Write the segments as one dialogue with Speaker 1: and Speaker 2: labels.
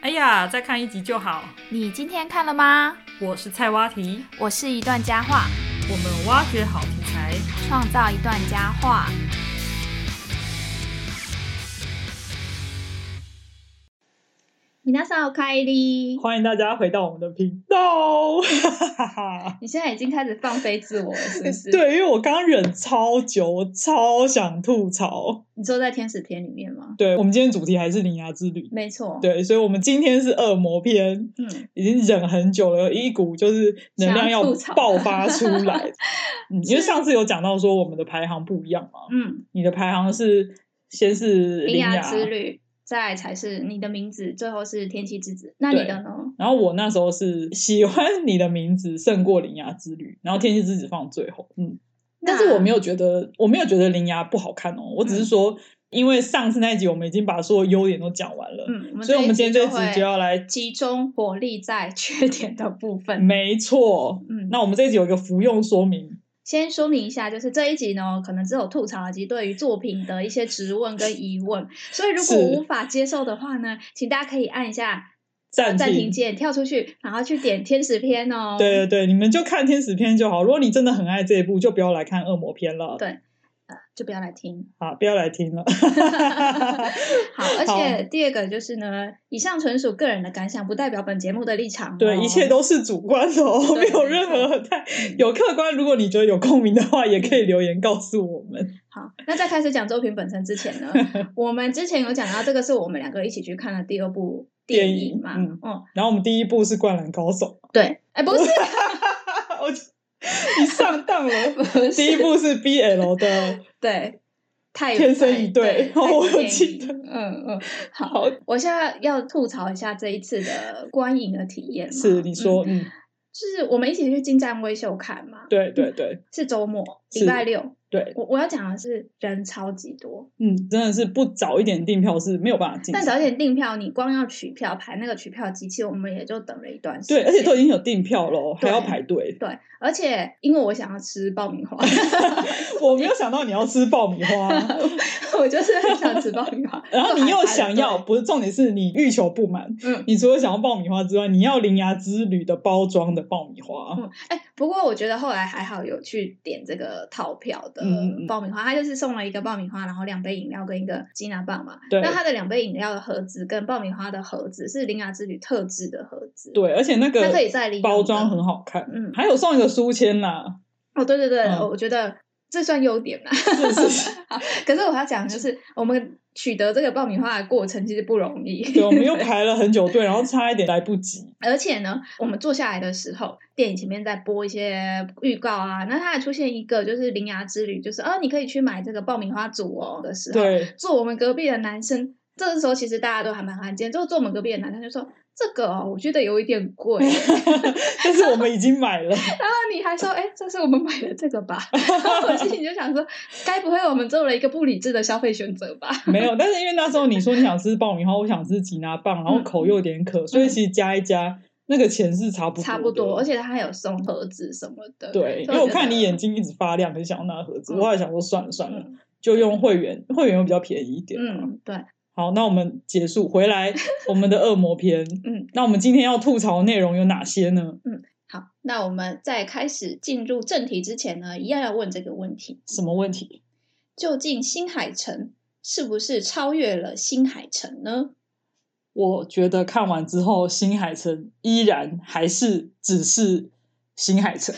Speaker 1: 哎呀，再看一集就好。
Speaker 2: 你今天看了吗？
Speaker 1: 我是菜蛙题，
Speaker 2: 我是一段佳话，
Speaker 1: 我们挖掘好题材。
Speaker 2: 创造一段佳话。
Speaker 3: 皆さんお帰り。
Speaker 1: 欢迎大家回到我们的频 道。哈哈
Speaker 3: 你现在已经开始放飞自我了，是不是？，
Speaker 1: 对，因为我刚忍超久，我超想吐槽。
Speaker 3: 你坐在天使篇里面吗？
Speaker 1: 对，我们今天主题还是铃芽之旅。
Speaker 3: 没错。，
Speaker 1: 对，所以我们今天是恶魔篇，
Speaker 3: 嗯，
Speaker 1: 已经忍很久了，有一股就是能量要
Speaker 3: 想要吐槽的
Speaker 1: 爆发出来。 嗯，因为上次有讲到说我们的排行不一样嘛，
Speaker 3: 嗯，
Speaker 1: 你的排行是先是
Speaker 3: 铃
Speaker 1: 铃
Speaker 3: 芽之旅，再来才是你的名字，最后是天气之子。那
Speaker 1: 对
Speaker 3: 你的呢？
Speaker 1: 然后我那时候是喜欢你的名字胜过铃芽之旅，然后天气之子放最后，嗯，但是我没
Speaker 3: 有。
Speaker 1: 有觉得我没有觉得铃芽不好看哦，我只是说，因为上次那一集我们已经把所有优点都讲完了，
Speaker 3: 嗯，
Speaker 1: 所以我们
Speaker 3: 一集
Speaker 1: 今天这一
Speaker 3: 就
Speaker 1: 集
Speaker 3: 会
Speaker 1: 就要来
Speaker 3: 集中火力在缺点的部分。
Speaker 1: 没错。
Speaker 3: 嗯，
Speaker 1: 那我们这一集有一个服用说明，
Speaker 3: 先说明一下，就是这一集呢，可能只有吐槽以及对于作品的一些质问跟疑问，所以如果
Speaker 1: 是
Speaker 3: 无法接受的话呢，请大家可以按一下
Speaker 1: 暂
Speaker 3: 暂
Speaker 1: 停
Speaker 3: 停。键，跳出去，然后去点天使篇哦。
Speaker 1: 对对对，你们就看天使篇就好。如果你真的很爱这一部，就不要来看恶魔篇了。
Speaker 3: 对呃就不要来听。
Speaker 1: 好，不要来听了。
Speaker 3: 好，而且第二个就是呢，以上纯属个人的感想，不代表本节目的立场、哦。
Speaker 1: 对，一切都是主观的哦，没
Speaker 3: 对
Speaker 1: 有
Speaker 3: 没
Speaker 1: 任
Speaker 3: 错
Speaker 1: 何太有客观。如果你觉得有共鸣的话，也可以留言告诉我们。
Speaker 3: 好。那在开始讲作品本身之前 呢，我们之前有讲到，这个是我们两个一起去看的第二部
Speaker 1: 电
Speaker 3: 电
Speaker 1: 影
Speaker 3: 影嘛？
Speaker 1: 嗯
Speaker 3: 嗯，
Speaker 1: 然后我们第一部是《灌篮高手
Speaker 3: 对，哎，不是，》，
Speaker 1: 我你上当了。
Speaker 3: 不 是，
Speaker 1: 第一部是 BL 的，
Speaker 3: 对。太
Speaker 1: 天生一对
Speaker 3: 对，
Speaker 1: 哦
Speaker 3: 太
Speaker 1: 我有
Speaker 3: 电影
Speaker 1: 记得
Speaker 3: 嗯 嗯，好，
Speaker 1: 好
Speaker 3: 我现在要吐槽一下这一次的观影的体验嘛。
Speaker 1: 是你说，嗯，
Speaker 3: 嗯就是我们一起去金湛威秀看嘛，
Speaker 1: 对对对
Speaker 3: 是周末，
Speaker 1: 是
Speaker 3: 礼拜六。
Speaker 1: 对，
Speaker 3: 我我要讲的是人超级多，
Speaker 1: 嗯，真的是不早一点订票是没有办法进。
Speaker 3: 但早点订票，你光要取票排那个取票机器，我们也就等了一段时
Speaker 1: 对，
Speaker 3: 间。
Speaker 1: 而且都已经有订票了，哦还
Speaker 3: 对
Speaker 1: 要排队。
Speaker 3: 对，而且因为我想要吃爆 米花，
Speaker 1: 我没有想到你要吃爆米花，
Speaker 3: 我就是很想吃爆米花
Speaker 1: ，然后你又想要，
Speaker 3: 对，
Speaker 1: 不是重点是你欲求不满，
Speaker 3: 嗯
Speaker 1: 你除了想要爆米花之外，你要铃芽之旅的包装的爆米花，
Speaker 3: 嗯，哎、不过我觉得后来还好有去点这个套票的
Speaker 1: 嗯嗯嗯
Speaker 3: 爆米花，它就是送了一个爆米花，然后两杯饮料跟一个鸡拿棒嘛。
Speaker 1: 对
Speaker 3: 那它的两杯饮料的盒子跟爆米花的盒子是铃芽之旅特制的盒子。
Speaker 1: 对，而且那个
Speaker 3: 它可以再利用的
Speaker 1: 包装很好看，
Speaker 3: 嗯
Speaker 1: 还有送一个书签 啦，
Speaker 3: 哦，对对对，
Speaker 1: 嗯
Speaker 3: 我觉得这算优点啦。
Speaker 1: 是是是，
Speaker 3: 可是我要讲，的就是我们取得这个爆米花的过程其实不容易。
Speaker 1: 对，我们又排了很久队，然后差一点来不及，
Speaker 3: 而且呢，我们坐下来的时候，电影前面在播一些预告啊，那它还出现一个就是《铃芽之旅》，就是啊，你可以去买这个爆米花组哦的时候，
Speaker 1: 对，
Speaker 3: 坐我们隔壁的男生，这个时候其实大家都还蛮安静，就坐我们隔壁的男生就说。这个哦，我觉得有一点贵。
Speaker 1: 但是我们已经买了，
Speaker 3: 然后你还说，哎、这是我们买的这个 吧？然后我心里就想说，该不会我们做了一个不理智的消费选择吧？
Speaker 1: 没有，但是因为那时候你说你想吃爆米花，我想吃吉拿棒，然后
Speaker 3: 嗯
Speaker 1: 口又有点渴，所以其实加一加，那个钱是差不多，
Speaker 3: 差不多，而。且他还有送盒子什么的。
Speaker 1: 对，因
Speaker 3: 所以
Speaker 1: 为我
Speaker 3: 觉
Speaker 1: 看
Speaker 3: 得
Speaker 1: 你眼睛一直发亮，很想要那盒子，
Speaker 3: 嗯
Speaker 1: 我后来想说算了算了，
Speaker 3: 嗯
Speaker 1: 就用会员，会员又比较便宜一点、啊。
Speaker 3: 嗯，对，
Speaker 1: 好，那我们结束回 来我们的恶魔篇。
Speaker 3: 嗯，
Speaker 1: 那我们今天要吐槽的内容有哪些呢？
Speaker 3: 好，那我们在开始进入正题之前呢，一样要问这个问题：
Speaker 1: 什么问题？
Speaker 3: 究竟新海诚是不是超越了新海诚呢？
Speaker 1: 我觉得看完之后，新海诚依然还是只是新海诚。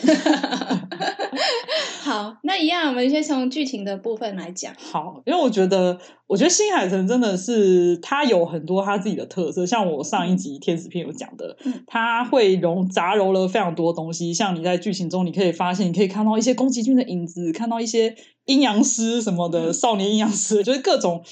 Speaker 3: 好，那一样，我们先从剧情的部分来讲。
Speaker 1: 好，因为我觉得，我觉得新海诚真的是他有很多他自己的特色，像我上一集天使片有讲的
Speaker 3: 嗯，
Speaker 1: 他会融杂糅了非常多东西。像你在剧情中，你可以发现，你可以看到一些宫崎骏的影子，看到一些阴阳师什么的，
Speaker 3: 嗯
Speaker 1: 少年阴阳师，就是各种。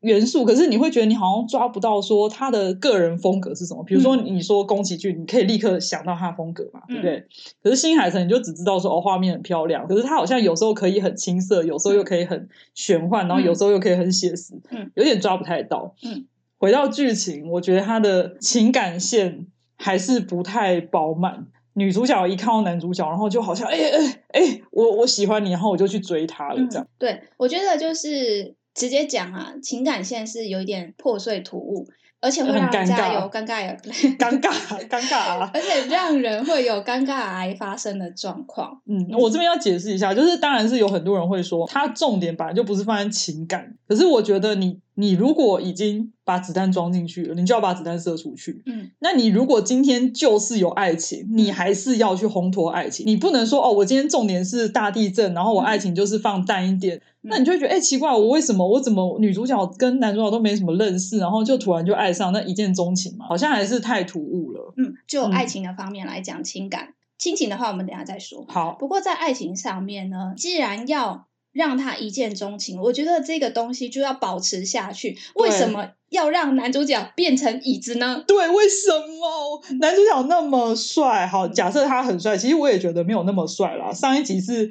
Speaker 1: 元素，可是你会觉得你好像抓不到说他的个人风格是什么。比如说，
Speaker 3: 嗯
Speaker 1: 你说宫崎骏，你可以立刻想到他的风格嘛，对不
Speaker 3: 嗯
Speaker 1: 对？可是新海诚你就只知道说哦，画面很漂亮，可是它好像有时候可以很青涩，有时候又可以很玄幻，然后有时候又可以很写实，
Speaker 3: 嗯，
Speaker 1: 有点抓不太到。
Speaker 3: 嗯，
Speaker 1: 回到剧情，我觉得他的情感线还是不太饱满。女主角一看到男主角，然后就好像哎哎哎，我我喜欢你，然后我就去追他
Speaker 3: 嗯
Speaker 1: 了，这样。
Speaker 3: 对，我觉得就是直接讲啊，情感线是有一点破碎突兀，而且会让人
Speaker 1: 很尴
Speaker 3: 家
Speaker 1: 尬
Speaker 3: 有尴尬有
Speaker 1: 尴尬，尴尬啊！
Speaker 3: 而且让人会有尴尬癌发生的状况。
Speaker 1: 嗯，我这边要解释一下，就是当然是有很多人会说，它重点本来就不是放在情感，可是我觉得你你如果已经把子弹装进去了，你就要把子弹射出去。
Speaker 3: 嗯，
Speaker 1: 那你如果今天就是有爱情，你还是要去烘托爱情，你不能说哦，我今天重点是大地震，然后我爱情就是放淡一点，那你就会觉得哎、奇怪，我为什么我怎么女主角跟男主角都没什么认识，然后就突然就爱上，那一见钟情嘛，好像还是太突兀了。
Speaker 3: 嗯，就
Speaker 1: 嗯
Speaker 3: 爱情的方面来讲，情感亲情的话，我们等一下再说。
Speaker 1: 好，
Speaker 3: 不过在爱情上面呢，既然要让他一见钟情，我觉得这个东西就要保持下去。为什么要让男主角变成椅子呢？
Speaker 1: 对，为什么男主角那么帅？好，假设他很帅，其实我也觉得没有那么帅啦。上一集是，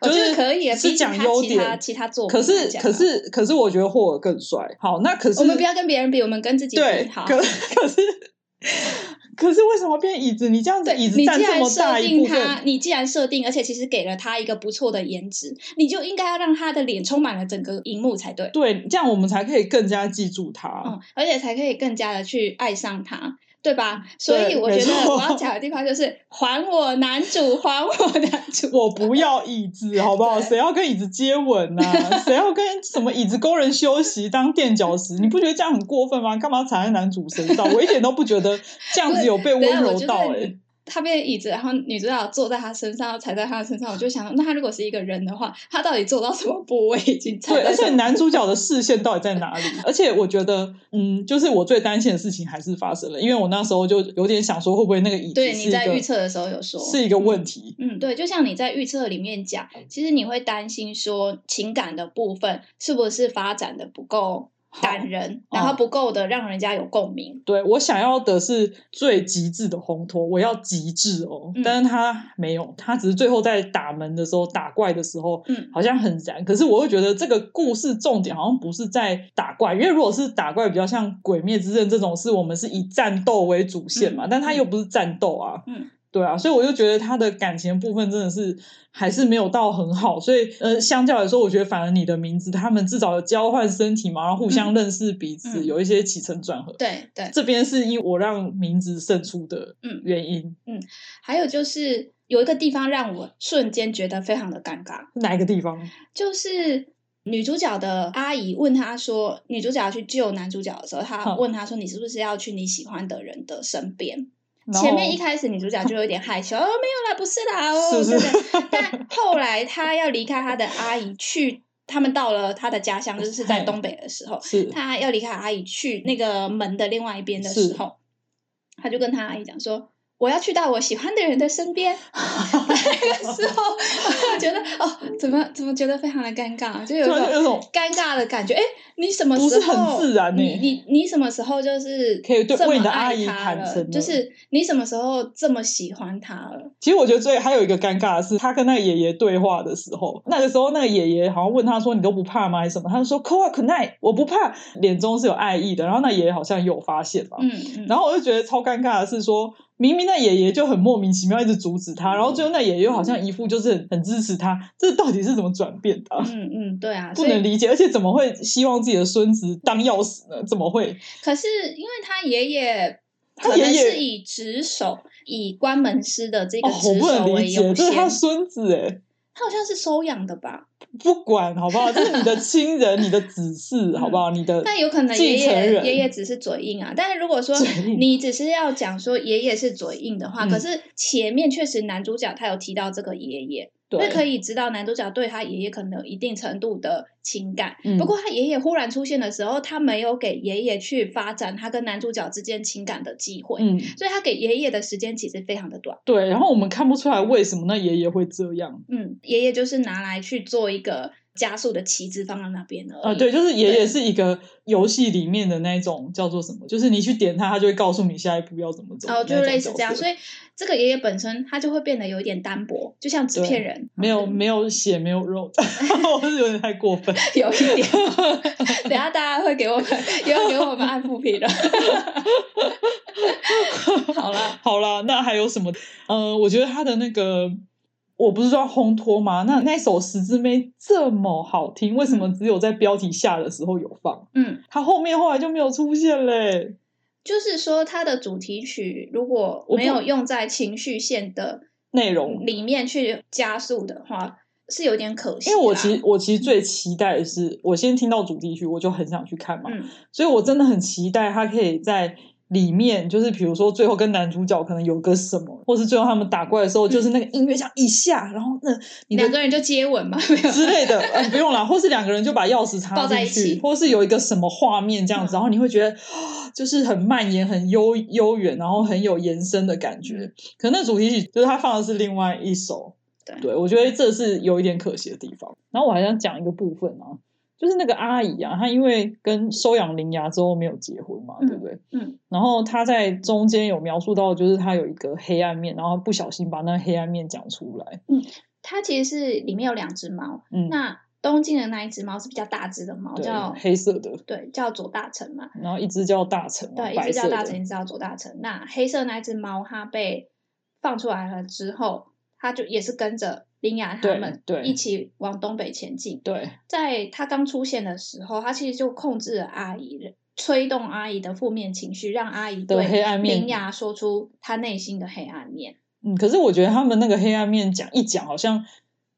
Speaker 3: 我
Speaker 1: 就
Speaker 3: 觉得
Speaker 1: 是
Speaker 3: 哦可以耶，
Speaker 1: 是
Speaker 3: 毕竟
Speaker 1: 讲
Speaker 3: 他
Speaker 1: 优
Speaker 3: 其他
Speaker 1: 点，
Speaker 3: 其他作品
Speaker 1: 可
Speaker 3: 来
Speaker 1: 是
Speaker 3: 讲啊
Speaker 1: 可是可是，我觉得霍尔更帅。好，那可是
Speaker 3: 我们不要跟别人比，我们跟自己
Speaker 1: 对
Speaker 3: 比，好。
Speaker 1: 可可是可是为什么变椅子？你这样子
Speaker 3: 对
Speaker 1: 椅子
Speaker 3: 你
Speaker 1: 占
Speaker 3: 既
Speaker 1: 这
Speaker 3: 然
Speaker 1: 么
Speaker 3: 设
Speaker 1: 大一部
Speaker 3: 定
Speaker 1: 分，
Speaker 3: 他，你既然设定，而且其实给了他一个不错的颜值，你就应该要让他的脸充满了整个荧幕才对。
Speaker 1: 对，啊这样我们才可以更加记住他。
Speaker 3: 嗯，而且才可以更加的去爱上他，对吧？所以我
Speaker 1: 没
Speaker 3: 觉得
Speaker 1: 错
Speaker 3: 我要讲的地方就是 还我男主， 还我男主。
Speaker 1: 我不要椅 子，好不好？
Speaker 3: 对
Speaker 1: 谁要跟椅子接吻呐、 啊？谁要跟什么椅子勾人休息当垫脚石？你不觉得这样很过分吗？干嘛踩在男主身上？我一点都不觉得这样子有被
Speaker 3: 等一
Speaker 1: 温
Speaker 3: 啊下，我
Speaker 1: 柔
Speaker 3: 觉
Speaker 1: 到哎、
Speaker 3: 得他变椅子，然后女主角坐在他身上，踩在他身上，我就想，那他如果是一个人的话，他到底做到什么部位已经踩
Speaker 1: 对，
Speaker 3: 在
Speaker 1: 而
Speaker 3: 什
Speaker 1: 且
Speaker 3: 么？
Speaker 1: 男主角的视线到底在哪里？而且我觉得，嗯，就是我最担心的事情还是发生了，因为我那时候就有点想说，会不会那个椅子
Speaker 3: 对
Speaker 1: 是
Speaker 3: 你
Speaker 1: 一
Speaker 3: 在
Speaker 1: 个
Speaker 3: 预测的时候有说
Speaker 1: 是一个问题，
Speaker 3: 嗯，对，就像你在预测里面讲，其实你会担心说情感的部分是不是发展的不够感人，
Speaker 1: 好
Speaker 3: 然后不够的让人家有共鸣。
Speaker 1: 对我想要的是最极致的烘托，我要极致哦，
Speaker 3: 嗯
Speaker 1: 但是他没有，他只是最后在打门的时候、打怪的时候，
Speaker 3: 嗯
Speaker 1: 好像很燃。可是我会觉得这个故事重点好像不是在打怪，因为如果是打怪，比较像《鬼灭之刃》这种，是我们是以战斗为主线嘛，
Speaker 3: 嗯
Speaker 1: 但他又不是战斗啊，
Speaker 3: 嗯。
Speaker 1: 对啊，所以我就觉得他的感情部分真的是还是没有到很好，所以呃，相较来说，我觉得反而你的名字他们至少有交换身体嘛，然后互相认识彼此，
Speaker 3: 嗯
Speaker 1: 有一些起承转合。
Speaker 3: 对对，
Speaker 1: 这边是因为我让名字胜出的
Speaker 3: 嗯
Speaker 1: 原因，
Speaker 3: 还有就是有一个地方让我瞬间觉得非常的尴尬，
Speaker 1: 哪一个地方？
Speaker 3: 就是女主角的阿姨问她说，女主角去救男主角的时候，她
Speaker 1: 嗯
Speaker 3: 问她说，你是不是要去你喜欢的人的身边？
Speaker 1: 然后
Speaker 3: 前面一开始女主角就有点 害羞，哦，没有啦，不是啦，哦，
Speaker 1: 是不
Speaker 3: 对
Speaker 1: 是？
Speaker 3: 对但后来她要离开她的阿姨去，他们到了她的家乡，就是在
Speaker 1: 嘿
Speaker 3: 东北的时候，
Speaker 1: 是
Speaker 3: 他要离开阿姨去那个门的另外一边的时候，他就跟他阿姨讲说：“我要去到我喜欢的人的身 边。”那个时候，我觉得哦，怎么怎么觉得非常的尴尬，就有一
Speaker 1: 突然就有一
Speaker 3: 种
Speaker 1: 种
Speaker 3: 尴尬的感觉。哎，你什么时候
Speaker 1: 不是很自然呢
Speaker 3: 你你你什么时候就是
Speaker 1: 可以对
Speaker 3: 这么
Speaker 1: 为你的
Speaker 3: 爱
Speaker 1: 阿姨
Speaker 3: 他
Speaker 1: 坦
Speaker 3: 了
Speaker 1: 诚了
Speaker 3: 就是你什么时候这么喜欢他了？
Speaker 1: 其实我觉得最还有一个尴尬的是，他跟那个爷爷对话的时候，那个时候那个爷爷好像问他说：“你都不怕吗？”还是什么？他就说 k o a k n i 我不怕。脸中是有爱意的。然后那爷爷好像有发现吧。
Speaker 3: 嗯嗯，
Speaker 1: 然后我就觉得超尴尬的是说。明明那爷爷就很莫名其妙一直阻止他，然后最后那爷爷又好像一副就是很很支持他，这到底是怎么转变的啊、
Speaker 3: 嗯嗯，对啊，
Speaker 1: 不
Speaker 3: 所以
Speaker 1: 能理解，而且怎么会希望自己的孙子当钥匙呢？怎么会？
Speaker 3: 可是因为他爷爷
Speaker 1: 他
Speaker 3: 可能
Speaker 1: 爷爷
Speaker 3: 是以职守、以关门师的这个
Speaker 1: 哦，我
Speaker 3: 职
Speaker 1: 不能
Speaker 3: 守为
Speaker 1: 理解，
Speaker 3: 优
Speaker 1: 这是
Speaker 3: 先，
Speaker 1: 他孙子哎，
Speaker 3: 他好像是收养的吧？
Speaker 1: 不管好不好，这是 你的亲人，你的子嗣，好不好？你的
Speaker 3: 嗯但有可能爷
Speaker 1: 继承
Speaker 3: 爷
Speaker 1: 人
Speaker 3: 爷爷只是嘴硬啊。但是如果说
Speaker 1: 嘴硬
Speaker 3: 你只是要讲说爷爷是嘴硬的话，
Speaker 1: 嗯
Speaker 3: 可是前面确实男主角他有提到这个爷爷，那
Speaker 1: 对
Speaker 3: 可以知道男主角对他爷爷可能有一定程度的情感。
Speaker 1: 嗯
Speaker 3: 不过他爷爷忽然出现的时候，他没有给爷爷去发展他跟男主角之间情感的机会。
Speaker 1: 嗯
Speaker 3: 所以他给爷爷的时间其实非常的短，
Speaker 1: 对，然后我们看不出来为什么那爷爷会这样
Speaker 3: 嗯，爷爷就是拿来去做一个加速的棋子放在那边而
Speaker 1: 啊、
Speaker 3: 已。哦
Speaker 1: 对，就是爷
Speaker 3: 对
Speaker 1: 爷是一个游戏里面的那种叫做什么，就是你去点他，他就会告诉你下一步要怎么走，
Speaker 3: 哦，就类似这样，所
Speaker 1: 以
Speaker 3: 以这个爷爷本身他就会变得有一点单薄，就像纸
Speaker 1: 对
Speaker 3: 片人，
Speaker 1: 没有
Speaker 3: 嗯
Speaker 1: 没有血没有肉， 我是有点太过分。
Speaker 3: 有一点。 等一下大家会给我们，也要给我们按复评了。 好了，
Speaker 1: 好啦，那还有什么？呃，我觉得他的那个，我不是说要烘托吗？那那首《十字妹》这么好听，为什么只有在标题下的时候有放？
Speaker 3: 嗯，
Speaker 1: 它后面后来就没有出现嘞、
Speaker 3: 就是说它的主题曲如果
Speaker 1: 我不
Speaker 3: 没有用在情绪线的
Speaker 1: 内容。
Speaker 3: 里面去加速的话，是有点可惜
Speaker 1: 因
Speaker 3: 啦。
Speaker 1: 为我其实我其实最期待的是，我先听到主题曲，我就很想去看嘛，
Speaker 3: 嗯
Speaker 1: 所以我真的很期待他可以在里面，就是比如说最后跟男主角可能有个什么，或是最后他们打怪的时候，就是那个音乐这样一下，然后那你的
Speaker 3: 嗯两个人就接吻嘛， 没有
Speaker 1: 之类的，嗯，不用啦，或是两个人就把钥匙插
Speaker 3: 抱
Speaker 1: 进
Speaker 3: 在一
Speaker 1: 去
Speaker 3: 起，
Speaker 1: 或是有一个什么画面这样子，
Speaker 3: 嗯
Speaker 1: 然后你会觉得啊就是很蔓延、很悠悠远，然后很有延伸的感
Speaker 3: 嗯
Speaker 1: 觉。可那主题曲就是它放的是另外一首，
Speaker 3: 对
Speaker 1: 我觉得这是有一点可惜的地方。然后我还想讲一个部分啊，就是那个阿姨啊，她因为跟收养铃芽之后没有结婚嘛，
Speaker 3: 嗯
Speaker 1: 对不对？
Speaker 3: 嗯。
Speaker 1: 然后她在中间有描述到，就是她有一个黑暗面，然后不小心把那个黑暗面讲出来，
Speaker 3: 它其实是里面有两只猫，
Speaker 1: 嗯，
Speaker 3: 那东京的那一只猫是比较大只的猫，
Speaker 1: 对
Speaker 3: 叫
Speaker 1: 黑色的。
Speaker 3: 对叫左大臣嘛，
Speaker 1: 然后一只叫大臣嘛，
Speaker 3: 对，
Speaker 1: 白
Speaker 3: 一只
Speaker 1: 色
Speaker 3: 叫
Speaker 1: 的
Speaker 3: 大臣，一只叫左大臣。那黑色那一只猫，它被放出来了之后，它就也是跟着林雅他
Speaker 1: 对
Speaker 3: 们
Speaker 1: 对
Speaker 3: 一起往东北前进。
Speaker 1: 对
Speaker 3: 在它刚出现的时候，它其实就控制了阿姨，催动阿姨的负面情绪，让阿姨
Speaker 1: 的黑
Speaker 3: 对
Speaker 1: 暗面
Speaker 3: 林。雅说出她内心的黑暗面。
Speaker 1: 嗯，可是我觉得他们那个黑暗面讲一讲，好像